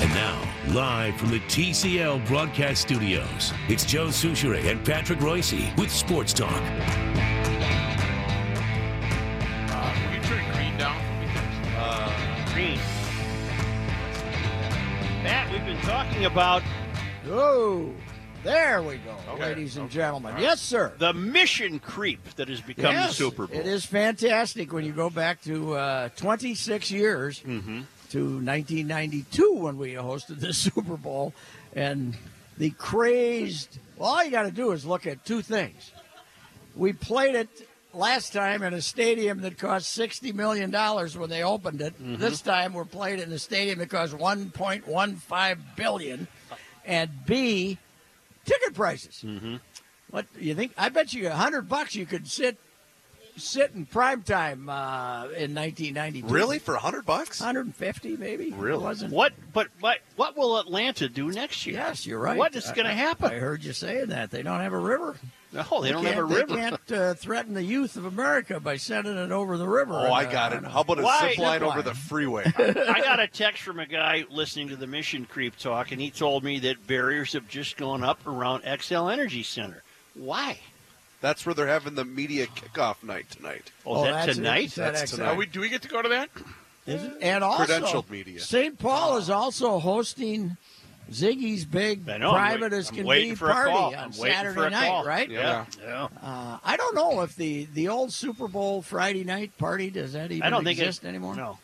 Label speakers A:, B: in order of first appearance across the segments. A: And now, live from the TCL broadcast studios, it's Joe Souchere and Patrick Royce with Sports Talk.
B: Uh, will you turn green down for me, please?
C: Uh, green. Matt, we've been talking about
D: Oh, there we go,
B: Okay.
D: ladies and
B: Okay.
D: gentlemen.
B: All right.
D: Yes, sir.
C: the mission creep that has become the
D: Yes,
C: Super Bowl.
D: It is fantastic when you go back to uh, 26 years
B: Mm-hmm.
D: to 1992 when we hosted the Super Bowl, and the crazed. Well, all you got to do is look at two things. We played it last time in a stadium that cost 60 million dollars when they opened it.
B: Mm-hmm.
D: This time we're playing it in a stadium that cost 1.15 billion, and B, ticket prices.
E: Mm-hmm.
D: What you think? I bet you a hundred bucks you could sit sit in prime time uh, in 1992.
E: Really? For a hundred bucks?
D: 150 maybe.
E: Really?
D: It wasn't.
C: What? But what? What will Atlanta do next year?
D: Yes, you're right.
C: What is going
D: I-
C: to
D: I-
C: happen?
D: I heard you saying that they don't have a river.
C: no, they don't
D: Can't-
C: have a
D: They
C: river.
D: can't uh, threaten the youth of America by sending it over the river. uh,
E: Oh, I got it. How about a
C: Why?
E: zip line over the freeway?
C: I got a text from a guy listening to the Mission Creep talk, and he told me that barriers have just gone up around XL Energy Center. Why?
E: That's where they're having the media kickoff night tonight.
C: Oh, is that
D: that's it.
C: tonight?
D: It's that
E: That's
D: XL.
E: tonight.
B: Are we, do we get to go to that?
D: And also,
E: Credentialed media.
D: St.
C: Oh.
D: Paul is also hosting Ziggy's big
C: I know, I'm
D: private
C: wait-
D: as
C: I'm
D: can
C: waiting
D: be
C: for a
D: party
C: call.
D: on
C: I'm waiting for
D: Saturday
C: a
D: night,
C: call.
D: right?
C: Yeah. yeah.
D: Uh, I don't know if the the old Super Bowl Friday night party does that even
C: I don't think
D: exist
C: it,
D: anymore.
C: No.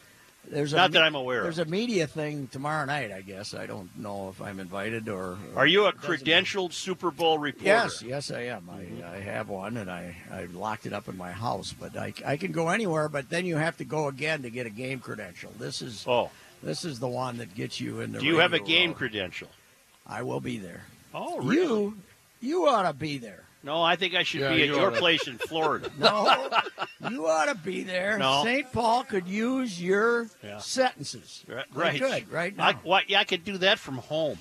D: there's
C: Not
D: a,
C: that I'm aware of.
D: There's a media thing tomorrow night. I guess I don't know if I'm invited or.
C: Are you a credentialed Super Bowl reporter?
D: Yes, yes, I am. I,
C: Mm-hmm.
D: I have one, and I, I locked it up in my house. But I, I can go anywhere. But then you have to go again to get a game credential. This is
C: Oh,
D: this is the one that gets you in the.
C: do you have a
D: radio
C: game
D: row.
C: credential?
D: I will be there.
C: Oh,
D: You you ought to be there.
C: No, I think I should
B: Yeah,
C: be at
B: you
C: your
B: oughta.
C: place in Florida.
D: No, you ought to be there.
C: No.
D: St. Paul could use your
C: Yeah.
D: sentences.
C: Right.
D: They could, right now.
C: I, what, yeah, I could do that from home.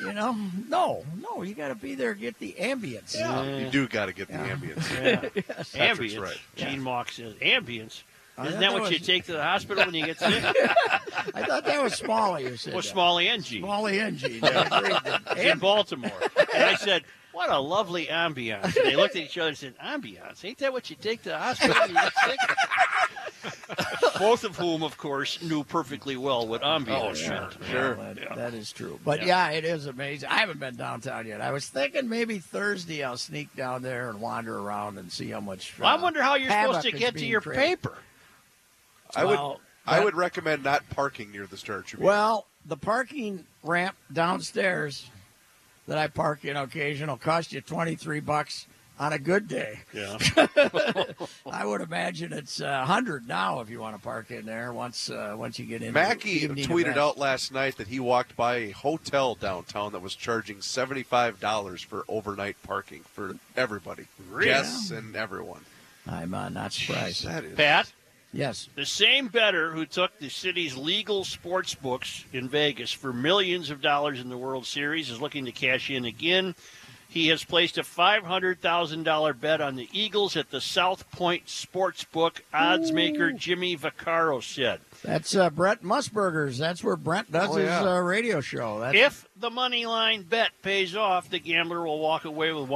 D: you know, no, no, you got to be there. Get the ambience.
C: Uh,
E: You do got to get the ambience.
C: Ambience.
E: right.
C: Gene Mock says, ambience.
D: I
C: Isn't
D: thought
C: that what
D: was-
C: you take to the hospital when you get sick?
D: I thought that was Smalley. You said
C: well,
D: that.
C: Smalley and Gene
D: Smalley and Gene. I agreed that.
C: in Baltimore. And I said, what a lovely ambience. And they looked at each other and said, ambience? Ain't that what you take to the hospital when you get sick? Both of whom, of course, knew perfectly well what ambience
E: Oh, sure,
C: meant.
E: sure.
D: That- that is true. But yeah. it is amazing. I haven't been downtown yet. I was thinking maybe Thursday I'll sneak down there and wander around and see how much.
C: Well, I
D: uh,
C: wonder how you're supposed
D: havoc
C: to
D: is
C: get to
D: being
C: your
D: created.
C: paper.
E: I would.
D: Well,
E: I
D: that-
E: would recommend not parking near the Star Tribune.
D: Well, the parking ramp downstairs that I park in occasional cost you twenty three bucks on a good day.
C: Yeah.
D: I would imagine it's uh, hundred now if you want to park in there once uh, once you get in.
E: Mackey tweeted out last night that he walked by a hotel downtown that was charging seventy-five dollars for overnight parking for everybody, guests and everyone.
D: I'm uh, not surprised.
E: That is
C: Pat,
D: Yes.
C: the same bettor who took the city's legal sports books in Vegas for millions of dollars in the World Series is looking to cash in again. He has placed a $500,000 bet on the Eagles at the South Point Sportsbook, odds maker Jimmy Vaccaro said.
D: That's uh, Brent Musburger's. That's where Brent does
E: Oh,
D: his
E: yeah.
D: uh, radio show. That's,
C: If the money line bet pays off, the gambler will walk away with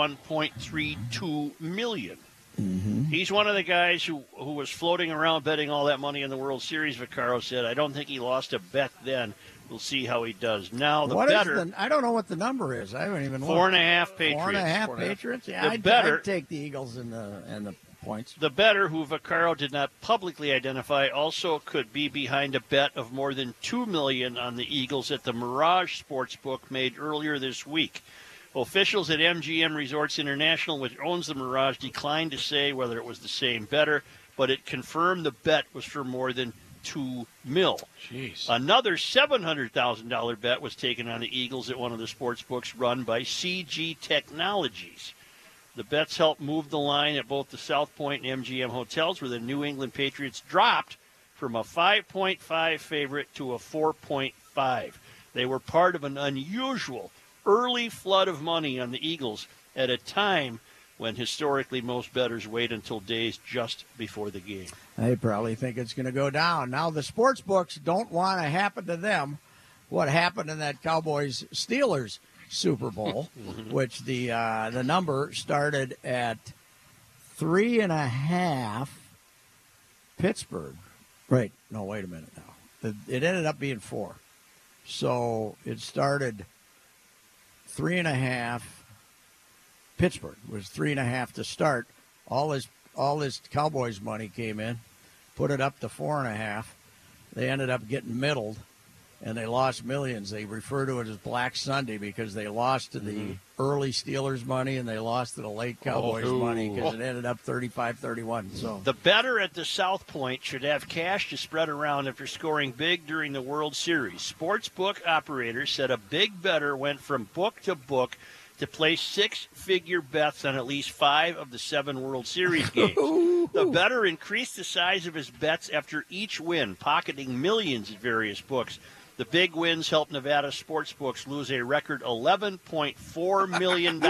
C: 1.32 million.
D: Mm-hmm.
C: He's one of the guys who, who was floating around betting all that money in the World Series. Vaccaro said, "I don't think he lost a bet then, We'll see how he does. Now, the
D: What is
C: better
D: the? I don't know what the number is. I haven't even
C: four
D: looked.
C: and a half Patriots.
D: Four and a half
C: Four and a half.
D: Patriots. Yeah,
C: The
D: I'd,
C: better-
D: I'd take the Eagles and the and the points.
C: The better, who Vaccaro did not publicly identify, also could be behind a bet of more than two million on the Eagles at the Mirage Sportsbook made earlier this week. Officials at MGM Resorts International, which owns the Mirage, declined to say whether it was the same better, but it confirmed the bet was for more than two mil.
F: Jeez.
C: Another $700,000 bet was taken on the Eagles at one of the sports books run by CG Technologies. The bets helped move the line at both the South Point and MGM hotels, where the New England Patriots dropped from a 5.5 favorite to a 4.5. They were part of an unusual early flood of money on the Eagles at a time when historically most bettors wait until days just before the game.
D: They probably think it's going to go down. Now the sports books don't want to happen to them what happened in that Cowboys Steelers Super Bowl, which the uh, the number started at three and a half. Pittsburgh, right? No, wait a minute now. It, it ended up being four, so it started three and a half. Pittsburgh was three and a half to start. All his all his Cowboys money came in, put it up to four and a half. They ended up getting middled, and they lost millions. They refer to it as Black Sunday because they lost to the early Steelers money and they lost to the late Cowboys money because it ended up 35-31. So
C: The better at the South Point should have cash to spread around after scoring big during the World Series. Sportsbook operators said a big better went from book to book to place six figure bets on at least five of the seven World Series games. the better increased the size of his bets after each win, pocketing millions at various books. The big wins helped Nevada sportsbooks lose a record $11.4 million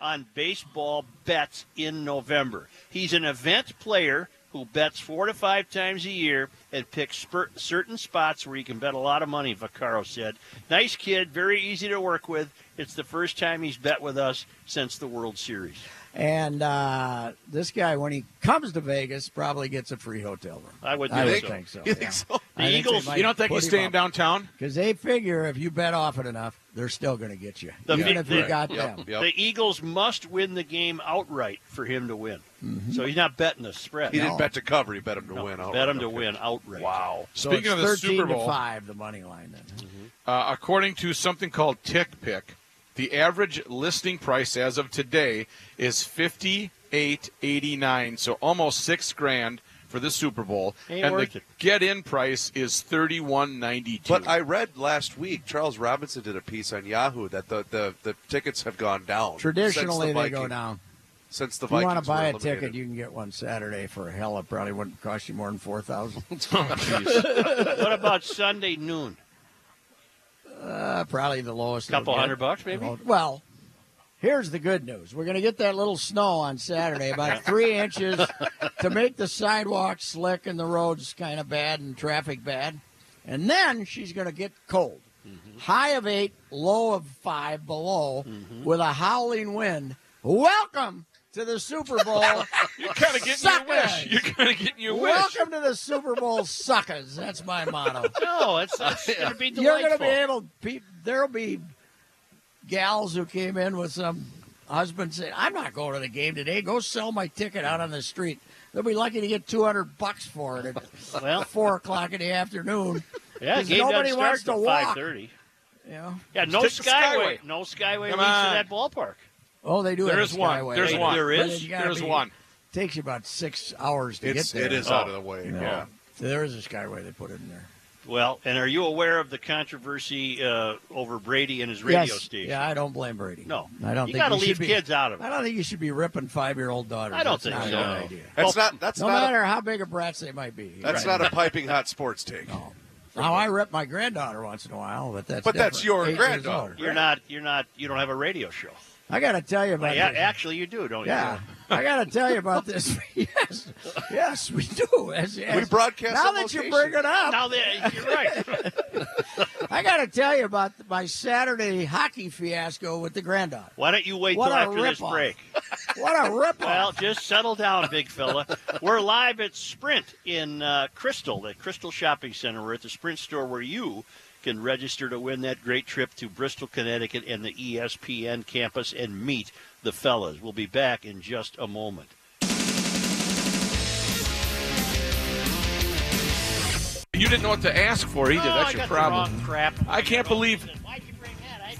C: on baseball bets in November. He's an event player who bets four to five times a year and picks spur- certain spots where he can bet a lot of money, Vaccaro said. Nice kid, very easy to work with. It's the first time he's bet with us since the World Series.
D: And uh, this guy, when he comes to Vegas, probably gets a free hotel room.
C: I would
D: I
C: think so.
D: would think so.
E: You think so?
C: The Eagles,
F: You don't think he's staying downtown?
D: Because they figure if you bet often enough, they're still going to get you,
C: The
D: even
C: big-
D: if you
C: the-
D: got
E: Yep,
D: them.
E: yep.
C: the Eagles must win the game outright for him to win.
D: Mm-hmm.
C: So he's not betting the spread.
E: He didn't bet to cover. He bet him to
C: No,
E: win.
C: bet
E: outright.
C: him to win outright.
F: Wow.
D: So
F: Speaking of
D: it's
F: the
D: 13
F: Super Bowl,
D: to five, the money line. Then.
F: Uh, according to something called Tick Pick, the average listing price as of today is fifty eight eighty nine, so almost six grand for the Super Bowl,
C: Ain't
F: and
C: worth
F: the
C: it.
F: get in price is thirty one ninety two.
E: But I read last week Charles Robinson did a piece on Yahoo that the, the, the tickets have gone down.
D: Traditionally,
E: since the
D: they go
E: Viking-
D: down.
E: Since the
D: If you
E: Vikings
D: want to buy
E: were
D: a ticket,
E: eliminated.
D: you can get one Saturday for hell. It probably wouldn't cost you more than four thousand.
C: What about Sunday noon?
D: Uh, probably the lowest. it'll
C: Couple
D: get.
C: hundred bucks, maybe?
D: Well, here's the good news. We're going to get that little snow on Saturday, about three inches, to make the sidewalks slick and the roads kind of bad and traffic bad. And then she's going to get cold.
F: Mm-hmm.
D: High of eight, low of five, below,
F: Mm-hmm.
D: with a howling wind. Welcome to the Super Bowl.
F: You're kind of getting your wish.
D: Suckers!
F: You're kind of getting your wish.
D: Welcome to the Super Bowl, suckers. That's my motto.
C: No, it's, it's going to be
D: You're
C: delightful.
D: going to be able. Pe- there'll be gals who came in with some husband saying, "I'm not going to the game today. Go sell my ticket out on the street." They'll be lucky to get 200 bucks for it at
C: Well.
D: four o'clock in the afternoon.
C: Yeah,
D: 'Cause
C: game
D: nobody
C: doesn't
D: wants
C: start till
D: to walk.
C: 5:30.
D: You know?
C: Yeah, no
F: take the
C: skyway.
F: Skyway.
C: No skyway leads to
F: Come on.
C: that ballpark.
D: Oh, they do.
F: There
D: have a
F: is one.
D: Skyway.
F: There's
D: But
F: one.
C: There
D: it's
C: is?
D: gotta
F: There's
D: be-
F: one.
D: Takes you about six hours to
E: It's,
D: get there.
E: it is
C: Oh.
E: out of the way. Yeah.
D: There is a skyway they put in there.
C: Well, and are you aware of the controversy uh, over Brady and his radio
D: Yes.
C: station?
D: Yeah, I don't blame Brady.
C: No.
D: I don't.
C: You
D: think
C: gotta
D: you should
C: leave
D: be-
C: kids out of it.
D: I don't think you should be ripping five-year-old daughters.
C: I don't
D: That's
C: think
D: not a
C: so.
D: good idea.
E: That's not that's
D: No
E: not
D: matter how big of brats they might be.
E: a, that's
D: Right.
E: not a piping hot sports take.
D: Now I rep my granddaughter once in a while, but that's
E: But that's
D: different.
E: your
D: Eight years
E: granddaughter.
D: old.
C: You're not. You're not. You don't have a radio show.
D: I got to tell you
C: Well,
D: about
C: yeah,
D: this.
C: actually, you do, don't
D: yeah, I got to tell you about this. yes, yes, we do. Yes, yes.
E: We broadcast
D: Now
E: on
D: that you
E: location.
D: bring it
C: you?
D: up,
C: Now that you're right.
D: I got to tell you about my Saturday hockey fiasco with the granddaughter.
C: Why don't you wait
D: What
C: till
D: a
C: after this
D: ripoff.
C: break?
D: What a rip
C: Well, just settle down, big fella. We're live at Sprint in uh, Crystal, the Crystal Shopping Center. We're at the Sprint store where you can register to win that great trip to Bristol, Connecticut and the E ESPN campus and meet the fellas. We'll be back in just a moment.
F: You didn't know what to ask for either.
C: Oh, I
F: That's your
C: got the
F: problem.
C: wrong crap.
F: I can't believe
C: Why'd you bring that?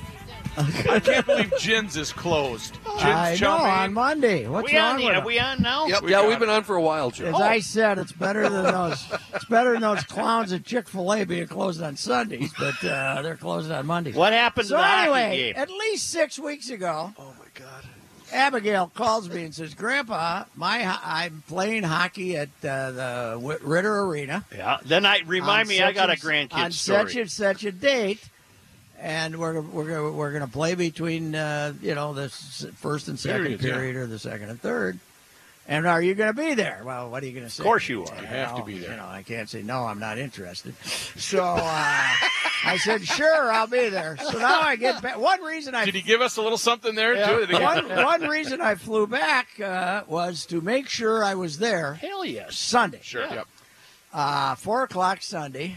C: I
F: I can't believe Jins is closed. Jins
D: I know on Monday. What's
C: we on
D: wrong
C: the,
D: with
C: Are
D: them?
C: we on now?
E: Yep.
F: We
E: yeah,
F: got
E: we've been on for a while, Joe.
D: As I said, it's better than those. it's better than those clowns at Chick Fil A being closed on Sundays, but uh, they're closed on Mondays.
C: What happened
D: So
C: to the hockey
D: anyway,
C: game?
D: at least six weeks ago. Oh my God. Abigail calls me and says, "Grandpa, my ho- I'm playing hockey at uh, the Whit- Ritter Arena.
C: Yeah. Then I remind
D: on
C: me,
D: such
C: I got a
D: and-
C: grandkid
D: on
C: story.
D: such and such a date, and we're we're gonna, we're going to play between uh, you know the s- first and second
F: Periods, yeah.
D: period or the second and third. And are you going to be there? Well, what are you going to say?
C: course you are.
F: You have to
D: Well,
F: be there.
D: You know, I can't say no. I'm not interested. So uh, I said, sure, I'll be there. So now I get back. One reason I
F: Did he give us a little something there? Do it again.
D: one, one reason I flew back uh, was to make sure I was there
C: Hell yes.
D: Sunday
F: Sure. Yep.
D: uh, four o'clock Sunday.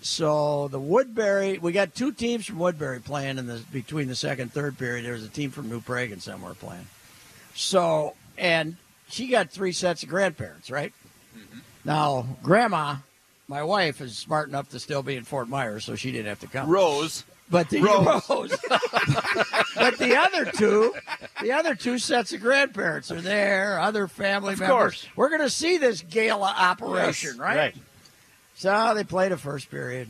D: So the Woodbury, we got two teams from Woodbury playing in the between the second and third period. There was a team from New Prague and somewhere playing. So and she got three sets of grandparents, right?
F: Mm-hmm.
D: Now Grandma, my wife, is smart enough to still be in Fort Myers, so she didn't have to come.
F: Rose.
D: But the
F: Rose.
D: Rose. but the other two, the other two sets of grandparents are there, other family members.
C: course.
D: We're going to see this gala operation,
F: Yes,
D: right? So they play the first period.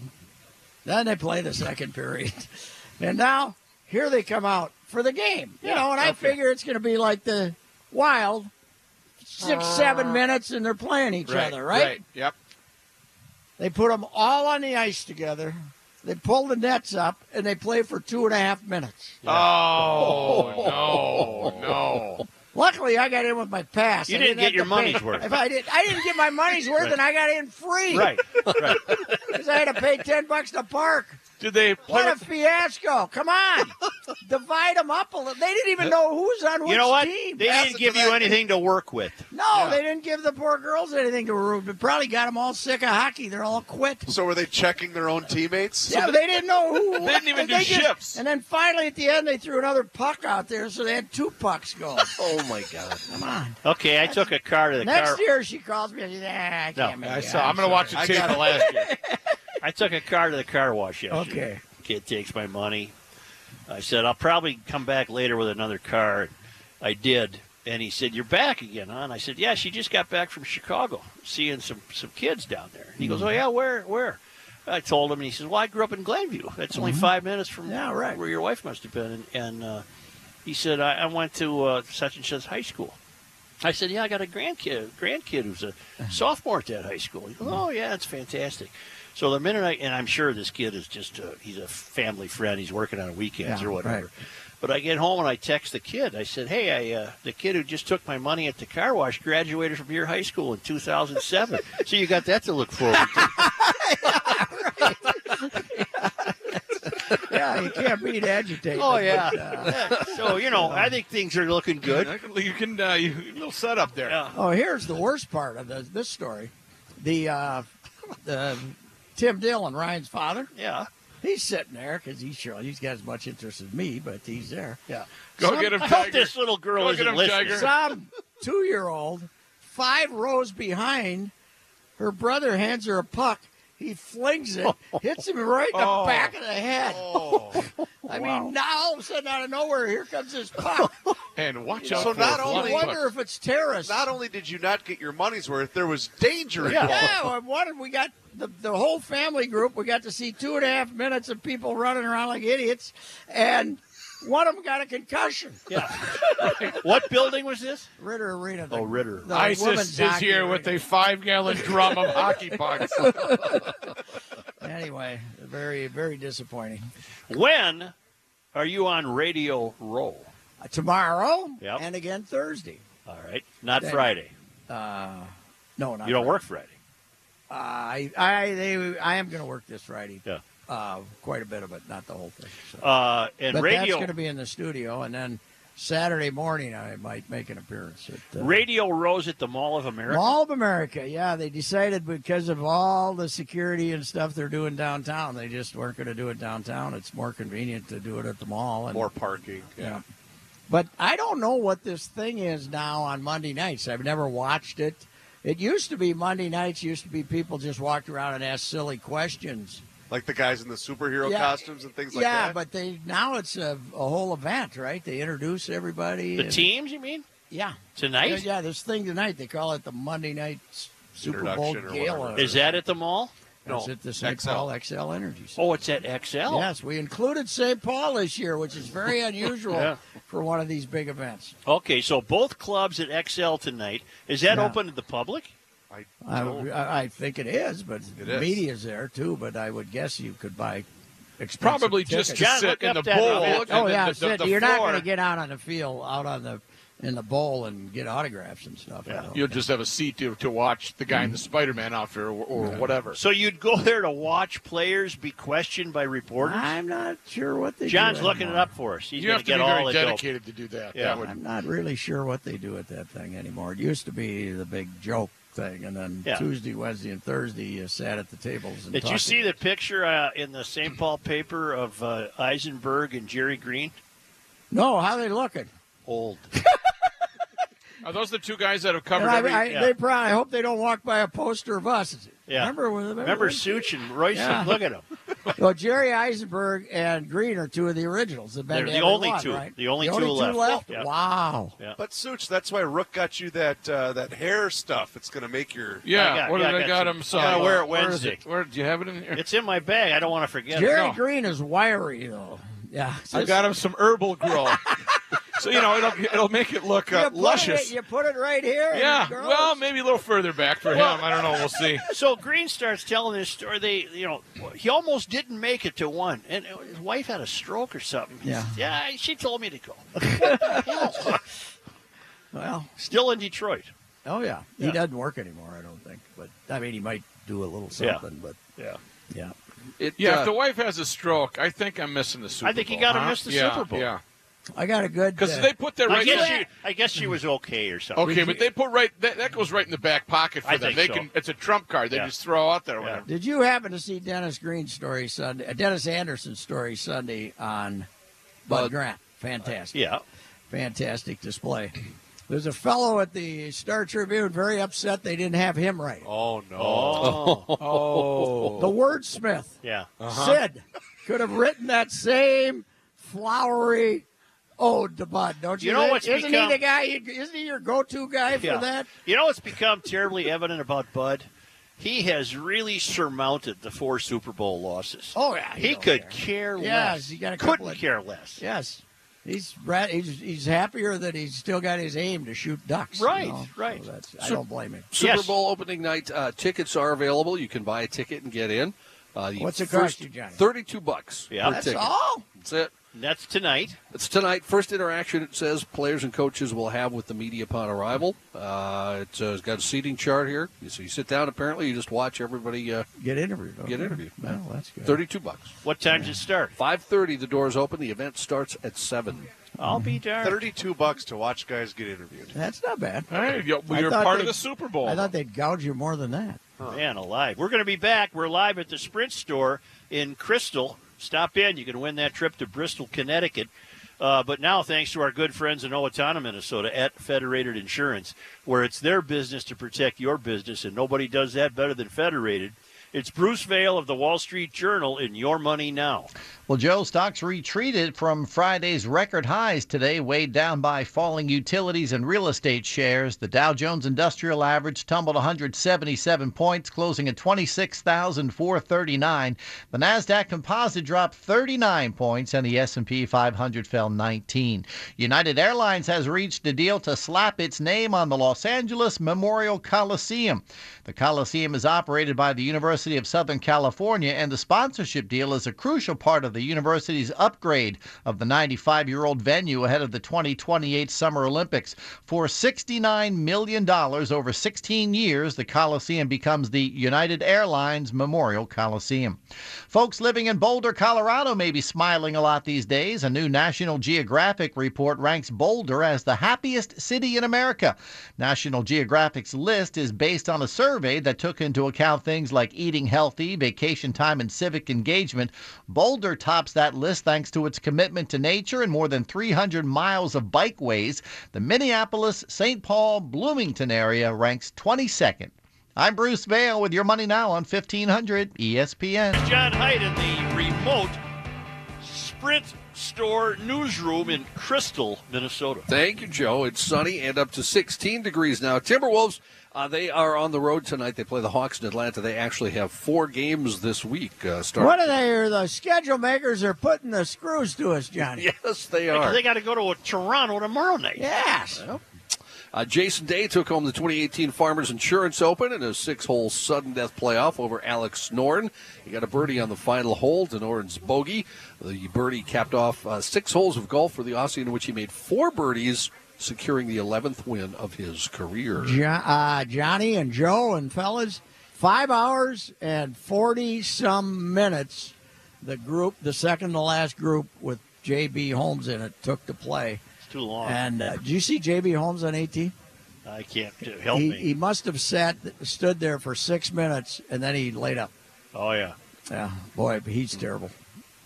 D: Then they play the second period. And now here they come out for the game. You know, and I figure it's going to be like the wild six,
C: Ah.
D: seven minutes, and they're playing each other, right?
F: Yep.
D: They put them all on the ice together. They pull the nets up and they play for two and a half minutes.
F: Oh no, no.
D: Luckily, I got in with my pass.
C: You
D: I
C: didn't get
D: have
C: your
D: to
C: money's
D: pay-
C: worth.
D: If I did, I didn't get my money's worth, and I got in free.
C: Right. Right.
D: 'Cause I had to pay ten bucks to park.
F: Did they play?
D: What a fiasco! Come on, divide them up a little. They didn't even know who's on which
C: You know what? They
D: team.
C: didn't give you anything to work with.
D: no, they didn't give the poor girls anything to root. But probably got them all sick of hockey. They're all quit.
E: So were they checking their own teammates?
D: Yeah, they didn't know who.
F: They didn't even do
D: just-
F: shifts.
D: And then finally, at the end, they threw another puck out there, so they had two pucks going.
E: Oh my God!
D: Come on.
C: Okay, I took a car to the car.
D: Next year, she calls me and says, ah, I can't
C: No,
D: make
F: I
D: it.
F: saw. I'm going to watch the
E: I
F: tape
E: got
F: of last year.
C: I took a car to the car wash yesterday.
D: Okay.
C: Kid takes my money. I said, I'll probably come back later with another car. I did. And he said, You're back again, huh? And I said, Yeah, she just got back from Chicago, seeing some, some kids down there. And he goes, Oh,
D: Mm-hmm.
C: yeah, where? Where? I told him, and he says, Well, I grew up in Glenview. That's only five minutes from
D: Mm-hmm. Yeah, right.
C: where your wife must have been. And, and uh, he said, I, I went to uh, such and such high school. I said, "Yeah, I got a grandkid, grandkid who's a
D: Uh-huh.
C: sophomore at that high school." He goes, "Oh yeah, that's fantastic." So the minute I and I'm sure this kid is just a, he's a family friend. He's working on weekends
D: Yeah,
C: or whatever.
D: right.
C: But I get home and I text the kid. I said, "Hey, I uh, the kid who just took my money at the car wash graduated from your high school in 2007. so you got that to look forward to."
D: Yeah, you can't beat agitated.
C: oh yeah.
D: uh,
C: so you know, I think things are looking good.
F: You can uh, you, little setup there.
C: Yeah.
D: Oh, here's the worst part of the, this story. The, uh, the Tim Dillon, Ryan's father,
C: Yeah.
D: he's sitting there because he's sure he's got as much interest as me, but he's there.
C: Yeah.
F: Go
D: Some-
F: get him,
C: I hope
F: Tiger.
C: this little girl
F: Go get
C: isn't
F: him,
C: listening.
F: Tiger.
D: Some two year old, Um, five rows behind, her brother hands her a puck. He flings it, hits him right in the
F: Oh.
D: back of the head.
G: Oh,
D: I mean, now all of a sudden, out of nowhere, here comes this puck.
F: And watch
E: So
F: out. for
E: not
F: a
E: only-
D: I
F: blunt
D: wonder
F: puck.
D: if it's terrorists.
E: Not only did you not get your money's worth, there was danger involved.
D: yeah, well, what did we got? The, the whole family group, we got to see two and a half minutes of people running around like idiots, and one of them got a concussion.
C: What building was this?
D: Ritter Arena. The,
C: Oh, Ritter.
D: the women's
F: ISIS is
D: hockey
F: here
D: arena.
F: with a five-gallon drum of hockey pucks.
D: Anyway, very, very disappointing.
C: When are you on radio roll?
D: Uh, tomorrow
C: Yep.
D: and again Thursday.
C: All right, not
D: Then-
C: Friday.
D: No, not
C: You don't work Friday.
D: Uh, I, I, they, I am going to work this Friday.
C: Yeah.
D: Uh, quite a bit of it, not the whole thing. So.
C: Uh, and
D: but that's
C: radio.
D: going to be in the studio, and then Saturday morning, I might make an appearance. At, uh,
C: Radio Rose at the Mall of America.
D: Mall of America, yeah, they decided because of all the security and stuff they're doing downtown, they just weren't going to do it downtown. It's more convenient to do it at the mall. And,
E: More parking.
D: yeah. But I don't know what this thing is now on Monday nights. I've never watched it. It used to be Monday nights used to be people just walked around and asked silly questions.
E: Like the guys in the superhero
D: Yeah.
E: costumes and things like
D: yeah,
E: that.
D: but they now it's a, a whole event, right? They introduce everybody.
C: The
D: and-
C: teams, you mean?
D: Yeah. Yeah,
C: Tonight?
D: yeah, this thing tonight they call it the Monday night S- Super Bowl
E: Introduction or whatever.
D: Gala.
C: Is that at the mall?
E: No,
D: Is it the St.
E: XL.
D: Paul XL Energy? Center.
C: Oh, it's at XL.
D: Yes, we included St. Paul this year, which is very unusual
C: Yeah.
D: for one of these big events.
C: Okay, so both clubs at XL tonight. Is that
D: Yeah.
C: open to the public?
E: I
D: I,
E: don't-
D: I, I think it is, but
E: It
D: the
E: is.
D: media's there too. But I would guess you could buy expensive
F: Probably just
D: tickets.
F: to
C: John,
F: sit
C: look
F: in the
C: up that
F: bowl.
C: event.
F: and
D: oh
F: the-
D: yeah,
F: the-
D: sit-
F: the
D: you're not going
F: floor.
D: to get out on the field, out on the in the bowl and get autographs and stuff. I don't
F: You'll
D: think.
F: just have a seat to, to watch the guy in the
E: Mm.
F: Spider-Man outfit or, or whatever.
C: So you'd go there to watch players be questioned by reporters?
D: I'm not sure what they. do
C: John's looking it
D: anymore.
C: up for us. He's
F: you
C: going
F: have to
C: to
F: be
C: get all
F: very
C: the dope.
F: dedicated to do that.
C: Yeah.
F: That would-
D: I'm not really sure what they do at that thing anymore. It used to be the big joke thing, and then
C: Yeah.
D: Tuesday, Wednesday, and Thursday you sat at the tables and.
C: Did you
D: talked.
C: see the picture uh, in the St. Paul paper of uh, Eisenberg and Jerry Green?
D: No, how they looking?
C: Old.
F: Are those the two guys that have covered
D: And I,
F: every?
D: I,
C: yeah.
D: they probably, I hope they don't walk by a poster of us.
C: Yeah.
D: Remember, when-
C: Remember
D: when-
C: Such and Royce?
D: Yeah.
C: Look at him.
D: Well, Jerry Eisenberg and Green are two of the originals. that
C: They're
D: Bend
C: the
D: ever
C: only
D: won,
C: two.
D: right?
C: The only two left. Yeah.
D: Wow.
C: Yeah.
E: But Such, that's why Rook got you that uh, that hair stuff. It's gonna make your
F: yeah.
C: I got-
F: what
C: yeah,
F: did
C: I
F: I
C: got
F: got
C: some.
F: him? uh,
C: I gotta wear it
F: Where is
C: Wednesday.
F: Where do you have it in here?
C: It's in my bag. I don't want to forget
D: Jerry
F: No.
D: Green is wiry though. Yeah.
F: I got him some herbal grow. so you know it'll it'll make it look
D: You
F: uh,
D: put
F: luscious.
D: It, you put it right here. and
F: yeah.
D: it grows.
F: Well, maybe a little further back for him. I don't know. We'll see.
C: it. So Green starts telling this story. They, you know, he almost didn't make it to one, and his wife had a stroke or something. He
D: Yeah.
C: said, yeah. She told me to go. What the hell?
D: Well,
C: Still in Detroit.
D: oh yeah. He
C: Yeah.
D: doesn't work anymore, I don't think. But I mean, he might do a little
C: Yeah.
D: something. But
C: Yeah.
D: yeah.
E: it,
F: Yeah,
E: uh,
F: if the wife has a stroke, I think I'm missing the Super Bowl.
C: I think you gotta
F: huh?
C: miss the
F: Yeah,
C: Super Bowl.
F: Yeah,
D: I got a good.
F: because
D: uh,
F: they put that
C: I
F: right.
C: guess
F: in-
C: she, I guess she was okay or something.
F: okay, but they put right that, that goes right in the back pocket for
C: I
F: them.
C: think
F: They
C: so.
F: can. It's a trump card. They
C: Yeah.
F: just throw out there.
C: Yeah.
F: whatever.
D: Did you happen to see Dennis Green's story Sunday? Uh, Dennis Anderson's story Sunday on Bud Grant. Fantastic.
C: Yeah.
D: fantastic display. There's a fellow at the Star Tribune very upset they didn't have him right.
E: Oh no.
C: Oh.
D: The
H: Oh.
D: wordsmith,
C: yeah.
H: Uh-huh.
D: Sid, could have written that same flowery ode to Bud, don't you?
C: You know
D: think?
C: what's
D: Isn't
C: become-
D: he the guy? Isn't he your go-to guy for
C: Yeah.
D: that?
C: You know what's become terribly evident about Bud? He has really surmounted the four Super Bowl losses.
D: Oh yeah,
C: he
D: don't
C: could
D: care.
C: care less.
D: Yes, he got a couple
C: couldn't
D: of-
C: care less.
D: Yes, he's Brad. He's, he's happier that he's still got his aim to shoot ducks. you
C: Right,
D: know?
C: right.
D: So that's, I don't blame him.
H: Super
C: Yes.
H: Bowl opening night uh, tickets are available. You can buy a ticket and get in. Uh, the
D: What's it
H: first
D: cost you, Johnny?
H: Thirty-two bucks.
C: Yeah.
H: per
D: That's
H: ticket.
D: all.
H: That's it.
C: And that's tonight.
H: It's tonight. First interaction. It says players and coaches will have with the media upon arrival. Uh, it's, uh, it's got a seating chart here. So you sit down. Apparently, you just watch everybody uh,
D: Get interviewed. okay.
H: get interviewed.
D: Well, that's good.
H: Thirty-two bucks.
C: What time does it start?
H: Five thirty. The doors open. The event starts at seven.
C: I'll be darned.
E: Thirty-two bucks to watch guys get interviewed.
D: That's not bad.
F: Hey, you-
D: I
F: you're
D: thought
F: part of
D: they-
F: the Super Bowl.
D: I thought they'd gouge you more than that.
C: Man alive. We're going to be back. We're live at the Sprint store in Crystal. Stop in. You can win that trip to Bristol, Connecticut. Uh, but now, thanks to our good friends in Owatonna, Minnesota at Federated Insurance, where it's their business to protect your business, and nobody does that better than Federated. It's Bruce Vail of the Wall Street Journal in Your Money Now.
G: Well, Joe, stocks retreated from Friday's record highs today, weighed down by falling utilities and real estate shares. The Dow Jones Industrial Average tumbled 177 points, closing at 26,439. The Nasdaq Composite dropped 39 points, and the S&P 500 fell 19. United Airlines has reached a deal to slap its name on the Los Angeles Memorial Coliseum. The Coliseum is operated by the University of Southern California, and the sponsorship deal is a crucial part of the the university's upgrade of the 95 year old venue ahead of the 2028 Summer Olympics. For $69 million over 16 years, the Coliseum becomes the United Airlines Memorial Coliseum. Folks living in Boulder, Colorado may be smiling a lot these days. A new National Geographic report ranks Boulder as the happiest city in America. National Geographic's list is based on a survey that took into account things like eating healthy, vacation time, and civic engagement. Boulder tops that list thanks to its commitment to nature and more than 300 miles of bikeways. The Minneapolis, St. Paul, Bloomington area ranks 22nd. I'm Bruce Vail with your money now on E 1500 ESPN.
C: John Hyde in the remote Sprint Store newsroom in Crystal, Minnesota.
H: Thank you, Joe. It's sunny and up to 16 degrees now. Timberwolves, uh, they are on the road tonight. They play the Hawks in Atlanta. They actually have four games this week. Uh, start.
D: What are they? The schedule makers are putting the screws to us, Johnny.
H: Yes, they
C: Like,
H: are.
C: They got to go to uh, Toronto tomorrow night.
D: Yes.
H: Uh, Jason Day took home the 2018 Farmers Insurance Open in a six-hole sudden death playoff over Alex Snorn. He got a birdie on the final hole to Norton's bogey. The birdie capped off uh, six holes of golf for the Aussie, in which he made four birdies, securing the 11th win of his career.
D: Jo- uh, Johnny and Joe and fellas, five hours and 40 some minutes. The group, the second to last group with J.B. Holmes in it, took to play.
C: It's too long.
D: And uh, did you see J.B. Holmes on 18?
C: I can't do- help
D: he,
C: me.
D: he must have sat, stood there for six minutes, and then he laid up.
C: oh yeah.
D: Yeah, boy, but he's terrible.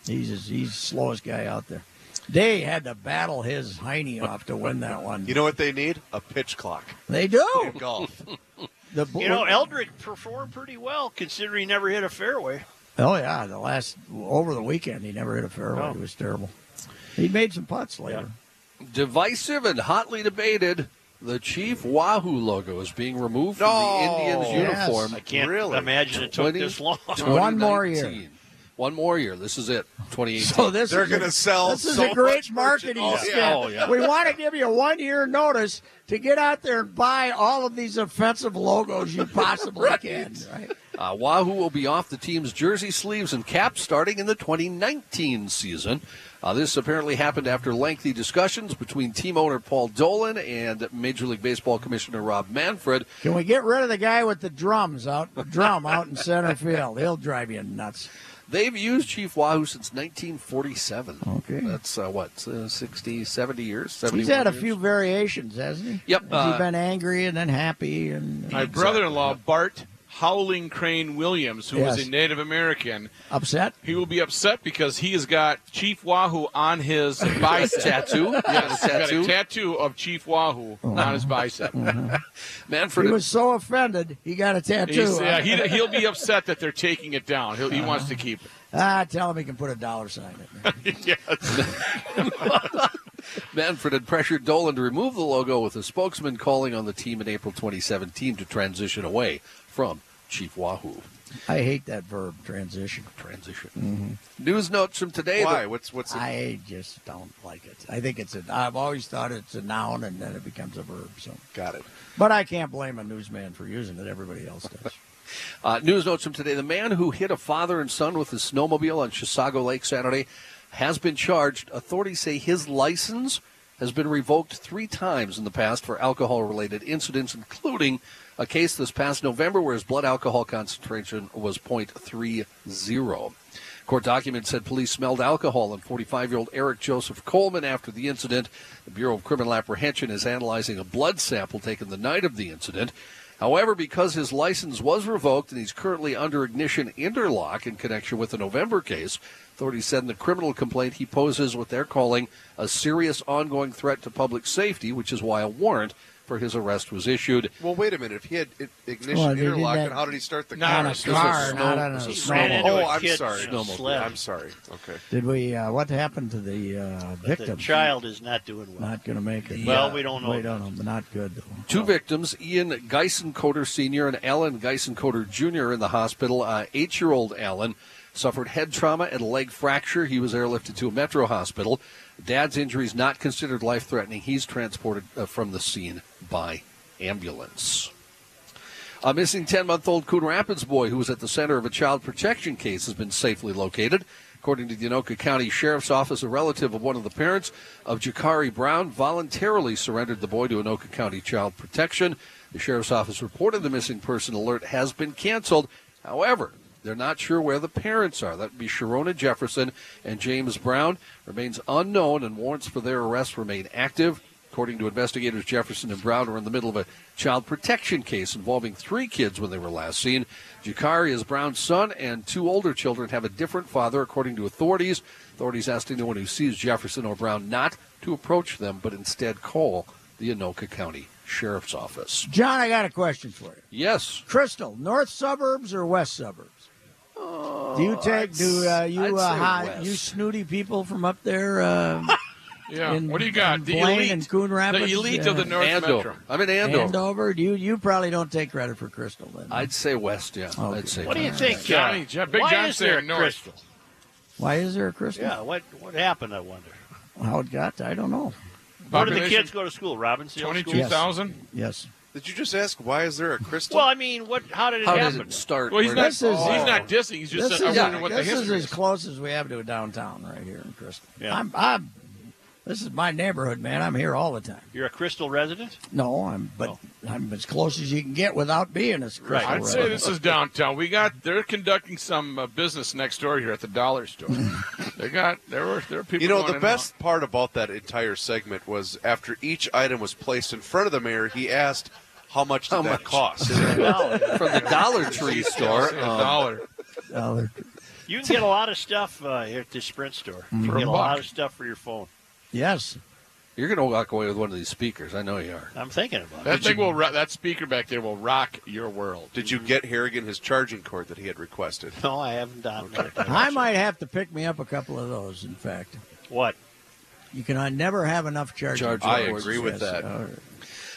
D: He's just, he's the slowest guy out there. They had to battle his hiney off to win that one.
E: You know what they need? A pitch clock
D: They do.
E: in golf.
D: The
C: You know, Eldrick performed pretty well considering he never hit a fairway.
D: Oh yeah, the last over the weekend he never hit a fairway. It was terrible. He made some putts later.
H: Divisive and hotly debated, the Chief Wahoo logo is being removed from
E: No.
H: the Indians
D: Oh, Yes.
H: uniform.
C: I can't
E: Really?
C: imagine it took
H: 20?
C: this long.
D: One more year.
H: 2019. One more year. This is it. 2018.
D: So this
E: They're
D: is a-
E: gonna sell
D: This is
E: so
D: a great
E: much merchandise.
D: marketing
E: Oh,
D: step.
E: yeah.
H: Oh, yeah.
D: We want to give you one year notice to get out there and buy all of these offensive logos you possibly can. Right.
H: Uh, Wahoo will be off the team's jersey sleeves and cap starting in the 2019 season. Uh, this apparently happened after lengthy discussions between team owner Paul Dolan and Major League Baseball Commissioner Rob Manfred.
D: Can we get rid of the guy with the drums out drum out in center field? He'll drive you nuts.
H: They've used Chief Wahoo since 1947.
D: Okay.
H: That's uh, what, uh, 60, 70 years? 71
D: He's had a
H: years?
D: few variations, hasn't he?
H: Yep,
D: Has
H: uh,
D: he been angry and then happy and
F: My brother-in-law Bart Howling Crane Williams, who was
D: Yes.
F: a Native American,
D: upset?
F: he will be upset because he has got Chief Wahoo on his bicep.
H: Tattoo. Yeah,
F: He's got a
H: tattoo.
F: tattoo of Chief Wahoo
D: Oh.
F: on his bicep.
H: Manfred
D: He was so offended he got a tattoo.
F: He's- yeah, he, he'll be upset that they're taking it down. He'll, he wants to keep it.
D: Ah, tell him he can put a dollar sign in there.
H: Manfred had pressured Dolan to remove the logo with a spokesman calling on the team in April 2017 to transition away from Chief Wahoo.
D: I hate that verb transition.
H: Transition. News notes from today.
E: Why?
H: The-
E: What's what's it?
D: I just don't like it. I think it's a. I've always thought it's a noun and then it becomes a verb. So,
E: Got it.
D: but I can't blame a newsman for using it. Everybody else does.
H: uh, news notes from today. The man who hit a father and son with his snowmobile on Chisago Lake Saturday has been charged. Authorities say his license has been revoked three times in the past for alcohol related incidents, including a case this past November where his blood alcohol concentration was 0.30. Court documents said police smelled alcohol on 45 year old Eric Joseph Coleman after the incident. The Bureau of Criminal Apprehension is analyzing a blood sample taken the night of the incident. However, because his license was revoked and he's currently under ignition interlock in connection with the November case, authorities said in the criminal complaint he poses what they're calling a serious ongoing threat to public safety, which is why a warrant for his arrest was issued.
E: Well, wait a minute. If he had i- ignition
D: Well, they did
E: interlock,
D: that-
E: then how did he start the
F: Not
E: car?
F: on a
E: This is
D: car,
E: snow-
D: not on a
E: this is
D: snowmobile.
C: Ran into
E: Oh,
C: a
E: I'm
C: kid's
E: sorry.
C: sled.
E: I'm sorry. Okay.
D: Did we? Uh, what happened to the uh, victim?
C: The child is not doing well.
D: Not going to make it.
C: Well, we don't know.
D: We don't know. but Not good though.
H: Two victims, Ian Geisenkoter Sr. and Alan Geisenkoter Jr., in the hospital. Uh, Eight year old Alan suffered head trauma and leg fracture. He was airlifted to a metro hospital. Dad's injuries not considered life threatening. He's transported uh, from the scene by ambulance. A missing 10 month old Coon Rapids boy who was at the center of a child protection case has been safely located. According to the Anoka County Sheriff's Office, a relative of one of the parents of Jakari Brown voluntarily surrendered the boy to Anoka County Child Protection. The Sheriff's Office reported the missing person alert has been canceled. However, they're not sure where the parents are. That would be Sharona Jefferson and James Brown. Remains unknown, and warrants for their arrest remain active. According to investigators, Jefferson and Brown were in the middle of a child protection case involving three kids when they were last seen. Jakari is Brown's son, and two older children have a different father, according to authorities. Authorities asked anyone who sees Jefferson or Brown not to approach them, but instead call the Anoka County Sheriff's Office.
D: John, I got a question for you.
H: Yes.
D: Crystal, north suburbs or west suburbs? do you take do uh, you uh, hi, you snooty people from up there? Uh,
F: Yeah.
D: in-
F: what do you got?
D: in
F: The
D: Blaine
F: elite.
D: and Coon Rapids,
F: The elite
D: uh,
F: of the North
H: Andover.
F: Metro.
H: I'm in Andover.
D: Andover? You you probably don't take credit for Crystal then.
H: I'd say west, yeah. I'd say
C: Oh, What do you
H: west.
C: think,
F: Johnny,
C: Johnny?
F: Jeff- Big
C: why
F: John
C: is there a
F: saying north.
C: crystal?
D: Why is there a Crystal?
C: Yeah, what what happened? I wonder.
D: How it got? I don't know.
C: Where do the
F: Population
C: kids go to school? Robinson Hill School.
F: 22,000?
D: Yes.
E: Did you just ask why is there a crystal?
C: Well, I mean, what? How did it
H: How did
C: happen?
H: it start?
F: Well, he's
H: Where
F: not,
H: did-
D: This is-
F: he's not dissing. He's just
D: this
F: saying,
D: is,
F: I wonder what the
D: this is
F: history
D: as
F: is.
D: close as we have to a downtown right here in Crystal.
C: Yeah.
D: I'm, I'm, this is my neighborhood, man. I'm here all the time.
C: You're a crystal resident.
D: No, I'm, but
C: Oh.
D: I'm as close as you can get without being as Crystal.
C: Right.
F: I'd say this is downtown. We got they're conducting some uh, business next door here at the dollar store. they got there were there were people.
E: You know,
F: going
E: the
F: in and
E: best part about that entire segment was after each item was placed in front of the mayor, he asked, How much did
H: How
E: that
H: much?
E: cost?
H: From the Dollar Tree
F: out.
H: store.
F: Yeah,
H: um,
F: dollar.
D: Dollar.
C: You can get a lot of stuff uh, here at the Sprint store. You
F: For a
C: can get a lot
F: buck.
C: of stuff for your phone.
D: Yes.
H: You're going to walk away with one of these speakers. I know you are.
C: I'm thinking about it.
F: That thing will ro- that speaker back there will rock your world.
E: Did you get Harrigan his charging cord that he had requested?
C: No, I haven't done it.
D: I might have to pick me up a couple of those, in fact.
C: What?
D: You can uh, never have enough charge.
H: Charging
E: I agree with that.
D: uh,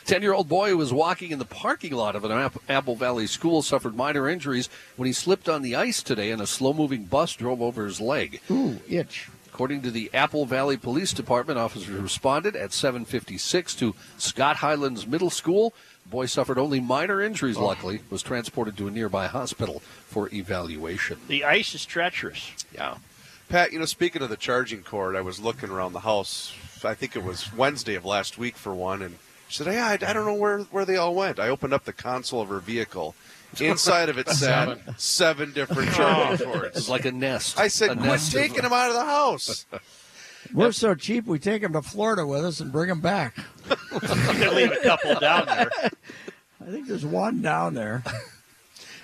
H: Ten-year-old boy who was walking in the parking lot of an App- Apple Valley school suffered minor injuries when he slipped on the ice today, and a slow-moving bus drove over his leg.
D: Ooh, itch.
H: According to the Apple Valley Police Department, officers responded at 7:56 to Scott Highlands Middle School. The boy suffered only minor injuries.
E: Oh.
H: Luckily, was transported to a nearby hospital for evaluation.
C: The ice is treacherous.
H: Yeah,
E: Pat, you know, speaking of the charging cord, I was looking around the house. I think it was Wednesday of last week for one, and she said, "Yeah, I, I don't know where where they all went." I opened up the console of her vehicle. Inside of it sat seven
D: Oh.
E: different charging cords.
H: it's like a nest.
E: I
H: a
E: said, "Quit
H: nest of-
E: taking them out of the house."
D: We're so cheap, we take them to Florida with us and bring them back.
C: You can leave a couple down there.
D: I think there's one down there.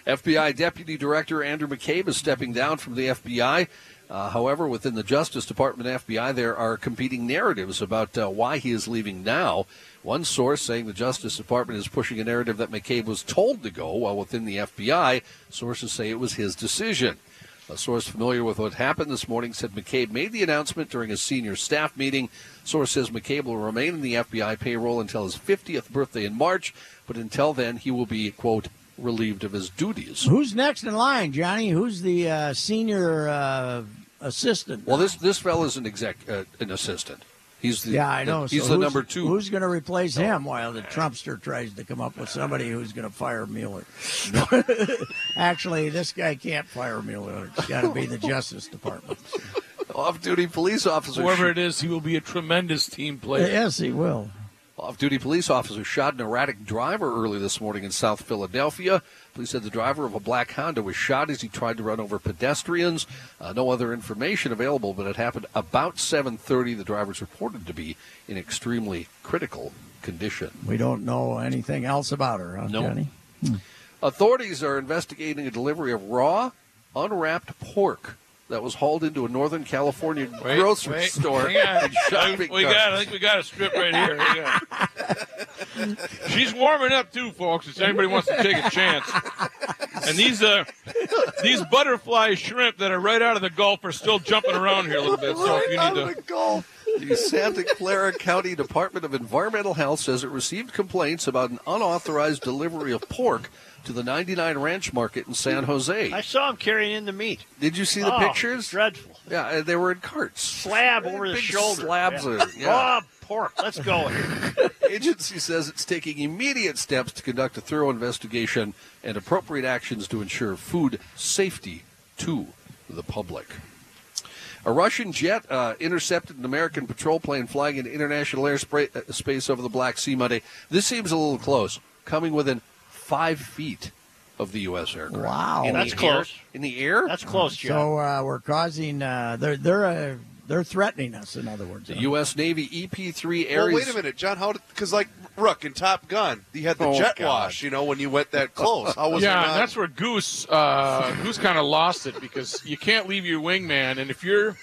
H: FBI Deputy Director Andrew McCabe is stepping down from the FBI. Uh, however, within the Justice Department FBI, there are competing narratives about uh, why he is leaving now. One source saying the Justice Department is pushing a narrative that McCabe was told to go, while within the FBI, sources say it was his decision. A source familiar with what happened this morning said McCabe made the announcement during a senior staff meeting. Source says McCabe will remain in the FBI payroll until his 50th birthday in March, but until then, he will be, quote, relieved of his duties.
D: Who's next in line, Johnny? Who's the uh, senior uh, assistant?
H: Well, this this fellow's an exec, uh, an assistant. He's the
D: yeah, I know.
H: He's
D: So
H: the
D: who's-
H: number two.
D: Who's going to replace him while the Trumpster tries to come up with somebody who's going to fire Mueller? Actually, this guy can't fire Mueller. It's got to be the Justice Department.
H: off-duty police officer.
I: Whoever it is, he will be a tremendous team player.
D: yes, he will.
H: Off-duty police officer shot an erratic driver early this morning in South Philadelphia. Police said the driver of a black Honda was shot as he tried to run over pedestrians. Uh, no other information available, but it happened about 7:30. The driver's reported to be in extremely critical condition.
D: We don't know anything else about her, huh,
H: No.
D: Johnny?
H: Authorities are investigating a delivery of raw, unwrapped pork that was hauled into a Northern California
I: Wait,
H: grocery
I: wait,
H: store.
I: hang on.
H: and shopping
I: we
H: cart.
I: got. I think we got a strip right here. Hang on. She's warming up too, folks. If anybody wants to take a chance, and these uh, these butterfly shrimp that are right out of the Gulf are still jumping around here a little bit. So if you need to,
H: The Santa Clara County Department of Environmental Health says it received complaints about an unauthorized delivery of pork to the 99 Ranch Market in San
C: I
H: Jose.
C: saw him carrying in the meat.
H: Did you see the
C: Oh,
H: pictures?
C: Dreadful.
H: Yeah, and they were in carts.
C: Slab over the
H: Big
C: shoulder.
H: slabs
C: Yeah. Oh,
H: of it, yeah.
C: Raw pork. Let's go. here.
H: Agency says it's taking immediate steps to conduct a thorough investigation and appropriate actions to ensure food safety to the public. A Russian jet uh, intercepted an American patrol plane flying in international airspace uh, over the Black Sea Monday. This seems a little close, coming within five feet of the U.S. aircraft.
D: Wow.
H: In the
D: That's
H: air-
D: close.
H: in the air?
C: That's close,
D: So uh, we're causing. Uh, they're they're uh, they're threatening us. In other words,
H: the U.S. Navy EP-3
A: Well,
H: Ares.
A: wait a minute, John. How? Because like Rook in Top Gun, you had the
J: Oh,
A: jet
J: God.
A: wash. You know when you went that close. How was
G: yeah,
A: it
G: and
A: not?
G: that's where Goose uh, Goose kind of lost it because you can't leave your wingman, and if you're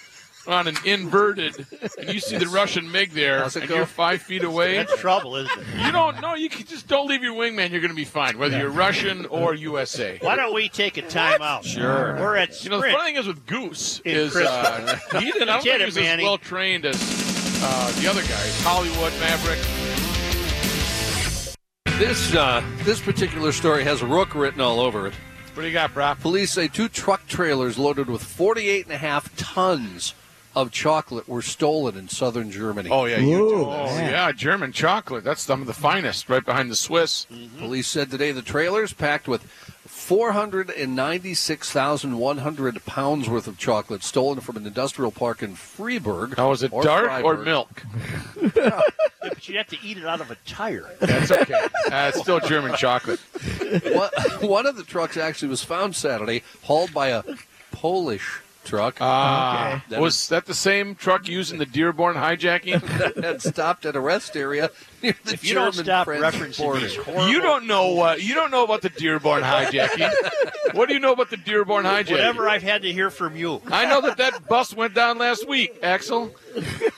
G: on an inverted and you see the Russian MiG there,
H: How's it
G: and
H: go?
G: you're five feet away.
C: That's trouble, isn't it?
G: You don't know. You can just don't leave your wingman. You're going to be fine, whether you're Russian or USA.
C: Why don't we take a timeout?
G: Sure.
C: We're at
G: You
C: sprint.
G: know, the funny thing is with Goose
C: In
G: is uh,
C: Crystal.
G: he didn't. I don't
C: Get
G: think
C: it,
G: he was as
C: Manny.
G: well trained as uh, the other guys, Hollywood Maverick.
H: This uh, this particular story has Rook written all over it.
G: What do you got, Brock?
H: Police say two truck trailers loaded with 48 and a half tons of chocolate were stolen in southern Germany.
A: Oh yeah, you do.
G: Oh
A: that.
G: yeah, German chocolate. That's some of the finest, right behind the Swiss.
H: Police said today the trailers packed with 496,100 pounds worth of chocolate stolen from an industrial park in Freiburg.
G: Now, Oh, is it dark or
H: Freiburg.
G: milk?
C: Yeah, but you'd have to eat it out of a tire.
G: That's okay. Uh, it's still German chocolate.
H: One, one of the trucks actually was found Saturday, hauled by a Polish truck.
G: Ah,
H: That
G: was that the same truck used in the Dearborn hijacking?
H: had stopped at a rest area near the
C: If you don't stop
H: German-French
C: referencing
H: border.
C: these horrible,
G: You don't know what you don't know about the Dearborn hijacking. what do you know about the Dearborn hijacking?
C: whatever I've had to hear from you.
G: I know that that bus went down last week, Axel.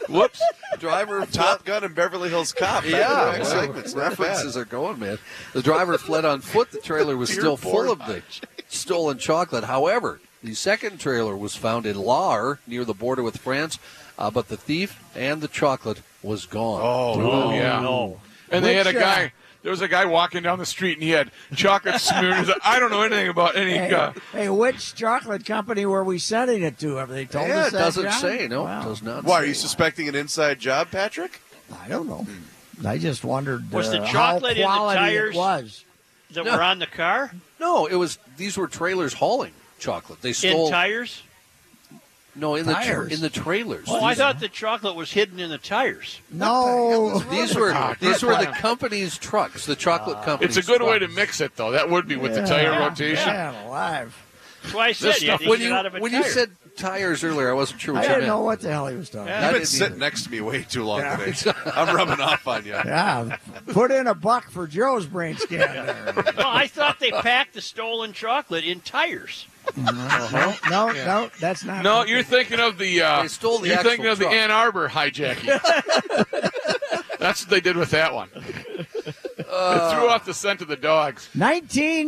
G: Whoops.
H: Driver of
A: Top Gun and Beverly Hills Cop.
H: Yeah,
A: Back-to-back
H: well,
A: segments, not bad.
H: references are going, man. The driver fled on foot. The trailer was still full of the stolen chocolate. However, the second trailer was found in Lahr near the border with France, uh, but the thief and the chocolate was gone.
G: Oh, yeah.
C: no.
G: And they had a
D: Which, uh,
G: guy. There was a guy walking down the street, and he had chocolate smeared. He's like, I don't know anything about any.
D: hey,
G: Uh,
D: hey, which chocolate company were we sending it to? Have they told
H: Yeah,
D: us?
H: it
D: that,
H: doesn't
D: John?
H: say. No,
D: Wow.
H: it does not.
A: Why
H: say.
A: are you suspecting an inside job, Patrick?
D: I don't know. I just wondered
C: Was the
D: uh,
C: chocolate in the
D: how quality
C: tires?
D: it was.
C: That
H: No.
C: were on the car
H: No, it was. These were trailers hauling chocolate. They
C: in
H: stole.
C: tires.
H: no, in the tra-
D: Tires.
H: in the trailers.
C: Oh, I
H: These-
C: thought the chocolate was hidden in the tires.
D: No,
H: These were
G: Ah,
H: these
G: good
H: were the
G: plan.
H: company's trucks, the
C: Uh,
H: chocolate company's.
G: it's a good way to
H: trucks.
G: mix it, though. That would be with the tire rotation.
D: Man alive.
C: That's why I said you
G: stuff-
C: had to
H: When
C: eat
H: you
C: it out of a
H: when
C: tire.
H: you said tires earlier, I wasn't sure what
D: I
H: you
D: didn't
H: meant.
D: know what the hell he was talking.
H: Yeah.
D: about.
A: You've
H: I
A: been
H: didn't
A: sitting
H: either.
A: next to me way too long
D: Yeah.
A: today. I'm rubbing off on you.
D: Yeah, put in a buck for Joe's brain scan. There.
C: no, I thought they packed the stolen chocolate in tires.
D: No, no, that's not.
G: No, you're thinking of the. Uh,
H: They stole the
G: you're
H: actual
G: thinking of
H: truck.
G: the Ann Arbor hijacking. That's what they did with that one.
H: Uh.
G: it threw off the scent of the dogs.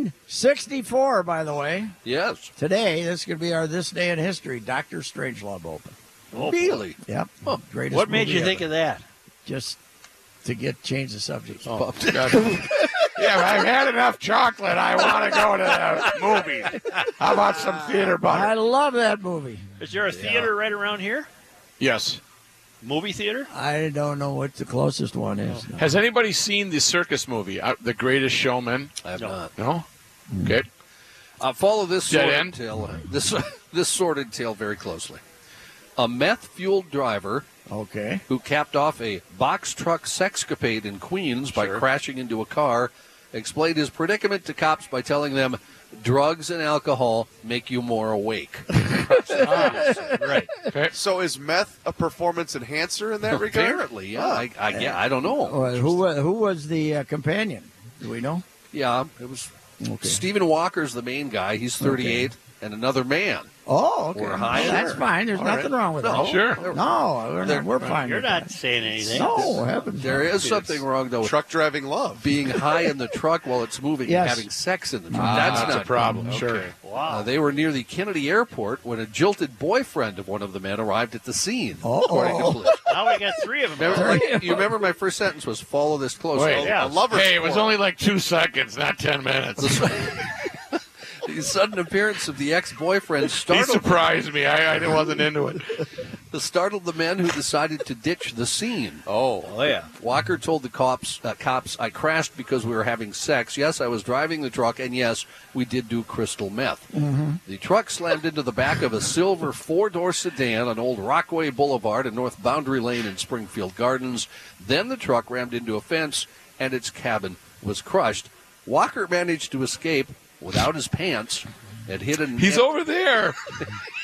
D: 1964, by the way.
H: Yes.
D: Today, this could be our this day in history. Doctor Strangelove open.
H: really?
D: Yep.
H: Huh.
D: Greatest.
C: What made you
D: movie
C: think
D: ever.
C: of that?
D: Just to get change the subject.
H: Pup-
G: Yeah, I've had enough chocolate. I want to go to the movie. How about some theater
D: I love that movie.
C: Is there a theater right around here?
G: Yes.
C: Movie theater?
D: I don't know what the closest one is. No.
G: Has anybody seen the circus movie, uh, The Greatest Showman?
H: I have
C: No.
H: not.
G: No. Okay.
H: Uh, follow this
G: Dead
H: sordid
G: end?
H: tale. This this sordid tale very closely. A meth-fueled driver
D: Okay.
H: who capped off a box truck sexcapade in Queens by crashing into a car explained his predicament to cops by telling them, "Drugs and alcohol make you more awake."
C: Right.
G: Okay.
A: So is meth a performance enhancer in that regard?
H: Apparently, yeah. I, I, yeah, I don't know.
D: Well, who wa- who was the uh, companion? Do we know?
H: Yeah, it was
D: Okay.
H: Stephen Walker's the main guy. He's 38, and another man.
D: Oh, okay.
H: Or high.
D: Well, that's
H: Sure.
D: fine. There's nothing wrong with
H: No.
D: that.
G: Sure.
D: No, we're, not, we're fine.
C: You're
D: with
C: not saying anything.
D: that. No, heavens.
H: There is something wrong though. with
A: Truck driving love.
H: being high in the truck while it's moving
D: Yes.
H: and having sex in the truck.
G: Ah,
H: that's,
G: that's
H: not
G: a problem.
H: good.
G: Sure.
H: Uh,
C: Wow.
H: they were near the Kennedy airport when a jilted boyfriend of one of the men arrived at the scene.
D: Uh-oh.
H: According to police.
C: now we got three of them.
H: Remember, like, you remember my first sentence was follow this closely.
G: Wait,
A: A
C: yeah.
A: lover.
G: Hey, it was
A: squirrel.
G: only like two seconds, not ten minutes.
H: The sudden appearance of the ex-boyfriend
G: He
H: startled
G: surprised me. I, I wasn't into it.
H: The startled the men who decided to ditch the scene.
E: Oh,
C: oh yeah.
H: Walker told the cops, uh, "Cops, I crashed because we were having sex. Yes, I was driving the truck, and yes, we did do crystal meth."
E: Mm-hmm.
K: Mhm.
H: The truck slammed into the back of a silver four door sedan on Old Rockaway Boulevard and North Boundary Lane in Springfield Gardens. Then the truck rammed into a fence and its cabin was crushed. Walker managed to escape without his pants and hit an.
I: He's over there.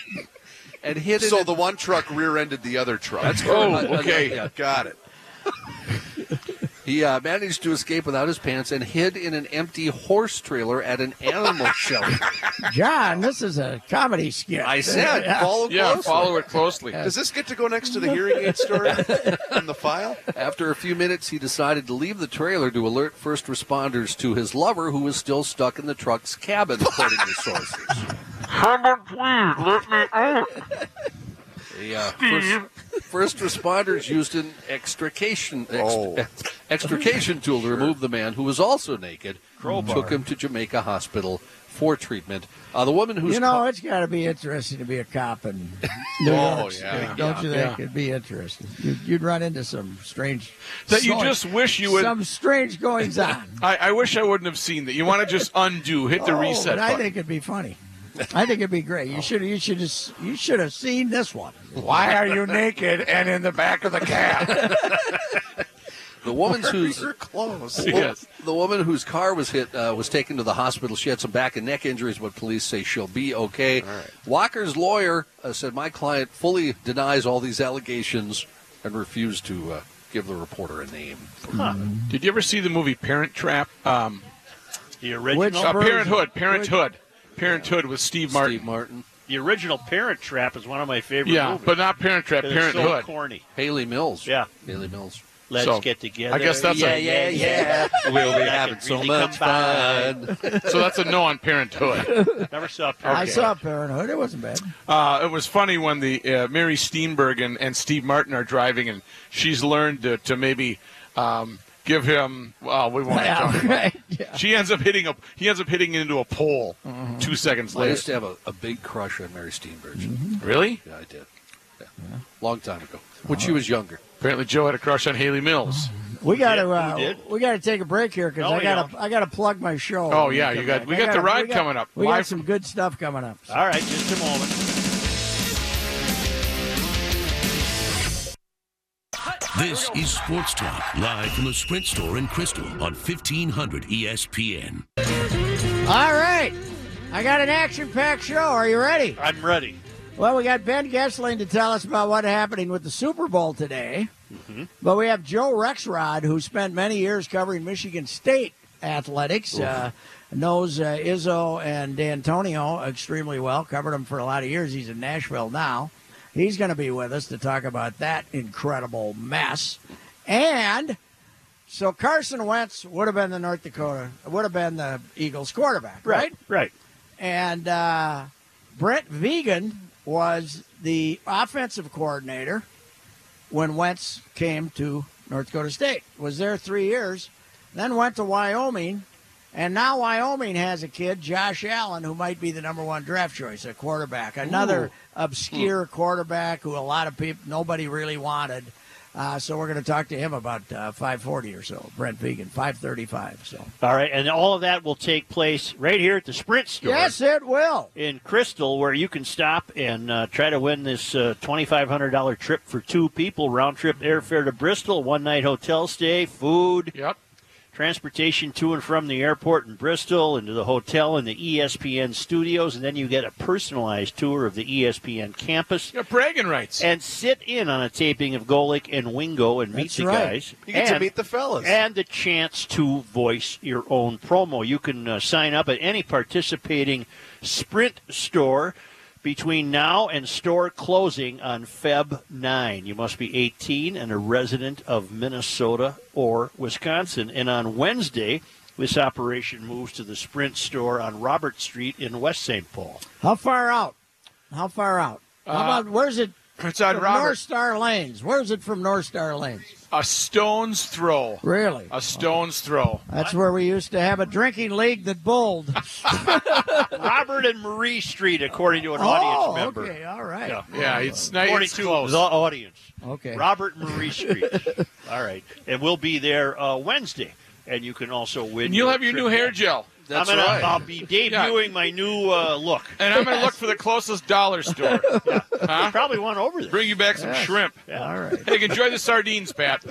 H: and hit
E: So the one truck rear-ended the other truck.
H: That's correct.
E: oh,
H: Uh, uh,
E: okay.
H: yeah.
E: Got it.
H: He uh, managed to escape without his pants and hid in an empty horse trailer at an animal shelter.
D: John, this is a comedy skit.
H: I said, follow closely.
E: Does this get to go next to the hearing aid story in the file?
H: After a few minutes, he decided to leave the trailer to alert first responders to his lover, who was still stuck in the truck's cabin, according to sources.
K: Someone please let me out.
H: The uh,
K: Steve.
H: first, first responders used an extrication ext-
D: Oh.
H: extrication tool to remove the man, who was also naked,
D: Crowbar.
H: took him to Jamaica Hospital for treatment. Uh, the woman who's
D: you know, it's got to be interesting to be a cop in New
H: Oh,
D: York State,
H: yeah.
D: don't you
H: Yeah.
D: think? It'd be interesting. You'd, you'd run into some strange
I: That you
D: sorts-
I: just wish you would-
D: some strange goings on.
I: I, I wish I wouldn't have seen that. You want to just undo, hit the
D: Oh,
I: reset
D: but
I: button.
D: I think it'd be funny. I think it'd be great.
H: Oh.
D: You should you should have you should have seen this one.
L: Why are you naked and in the back of the cab?
H: The woman's who's
E: We're close.
H: the wo- the woman whose car was hit uh, was taken to the hospital. She had some back and neck injuries, but police say she'll be okay. Walker's lawyer uh, said, "My client fully denies all these allegations and refused to uh, give the reporter a name."
I: Did you ever see the movie Parent Trap? Um,
C: the
H: original?
I: uh,
C: version?
I: Parenthood. Parenthood. Parenthood with Steve Martin. Steve
H: Martin.
C: The original Parent Trap is one of my favorite
I: Yeah,
C: movies.
I: but not Parent Trap,
C: 'Cause
I: Parent
C: it's so
I: Hood.
C: corny.
H: Haley Mills.
C: Yeah.
H: Haley Mills.
C: Let's
I: So,
C: get together.
I: I guess that's a- Yeah, yeah, yeah. We'll be
C: I
I: having
C: could
I: so
C: really
I: much
C: come by.
I: fun. So that's a no on Parenthood.
C: Never saw Parenthood.
D: I saw Parenthood. It wasn't bad.
I: Uh, it was funny when the uh, Mary Steenberg and, and Steve Martin are driving, and she's learned to, to maybe um, give him. Well, we won't
D: Yeah,
I: talk about. it. She ends up hitting a. He ends up hitting into a pole two seconds
H: I
I: later.
H: used to have a, a big crush on Mary Steenburgen.
I: Really?
H: Yeah, I did. Yeah. Long time ago, when she was younger.
I: Apparently, Joe had a crush on Haley Mills.
D: We got to
I: who
D: uh,
I: did?
D: we got to take a break here because
I: No,
D: I
I: we
D: got to I got to plug my show.
I: Oh,
D: when we
I: yeah, you
D: come
I: got-
D: back.
I: we
D: I
I: got the
D: gotta-
I: ride
D: we got-
I: coming up.
D: We
I: Live-
D: got some good stuff coming up.
C: All right, just a moment.
A: This is Sports Talk, live from the Sprint Store in Crystal on E 1500 ESPN.
D: All right, I got an action-packed show. Are you ready?
C: I'm ready.
D: Well, we got Ben Gessling to tell us about what's happening with the Super Bowl today. But we have Joe Rexrod, who spent many years covering Michigan State athletics, uh, knows uh, Izzo and D'Antonio extremely well, covered them for a lot of years. He's in Nashville now. He's going to be with us to talk about that incredible mess. And so Carson Wentz would have been the North Dakota, would have been the Eagles quarterback, right?
C: Right.
D: And uh, Brent Vegan was the offensive coordinator when Wentz came to North Dakota State. Was there three years, then went to Wyoming, and now Wyoming has a kid, Josh Allen, who might be the number one draft choice, a quarterback, another
M: Ooh.
D: obscure quarterback who a lot of people nobody really wanted. Uh, so we're going to talk to him about uh, 540 or so. Brent Vegan, 535. So
C: All right, and all of that will take place right here at the Sprint Store.
D: yes, it will.
C: in Crystal, where you can stop and uh, try to win this uh, $2,500 trip for two people, round trip airfare to Bristol, one night hotel stay, food.
I: Yep.
C: Transportation to and from the airport in Bristol, into the hotel, and the E ESPN studios, and then you get a personalized tour of the E ESPN campus.
I: Yeah, bragging rights.
C: And sit in on a taping of Golick and Wingo and meet
E: That's
C: the
E: right.
C: guys.
E: You get to
C: And-
E: meet the fellas.
C: And the chance to voice your own promo. You can uh, sign up at any participating Sprint store between now and store closing on Feb 9. You must be 18 and a resident of Minnesota or Wisconsin. And on Wednesday, this operation moves to the Sprint store on Robert Street in West St. Paul.
D: How far out? How far out? How
C: Uh,
D: about where's it?
I: It's on
D: from
I: Robert.
D: North Star Lanes. Where's it from North Star Lanes?
I: A stone's throw.
D: Really?
I: A stone's throw.
D: That's where we used to have a drinking league that bowled.
C: Robert and Marie Street, according to an
D: Oh,
C: audience member.
D: okay, all right.
H: Yeah, it's nice.
C: According
H: It's
C: to
H: close.
C: the audience.
D: Okay.
C: Robert and Marie Street. all right. And we'll be there uh, Wednesday. And you can also win.
H: And you'll have your
C: trip
H: new hair
C: back.
H: gel. That's
C: I'm gonna,
H: right.
C: I'll be debuting my new uh, look.
H: And I'm going to look for the closest dollar store. Huh?
C: Probably one over there.
H: Bring you back some
C: Yes.
H: shrimp.
C: All
D: right.
H: Hey, enjoy the sardines, Pat.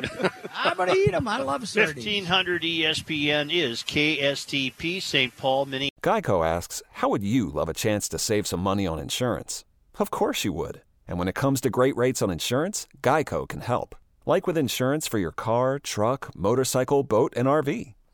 D: I'm going to eat them. I love sardines.
C: 1500 ESPN is KSTP, St. Paul, Minneapolis.
G: Geico asks, How would you love a chance to save some money on insurance? Of course you would. And when it comes to great rates on insurance, Geico can help. Like with insurance for your car, truck, motorcycle, boat, and RV.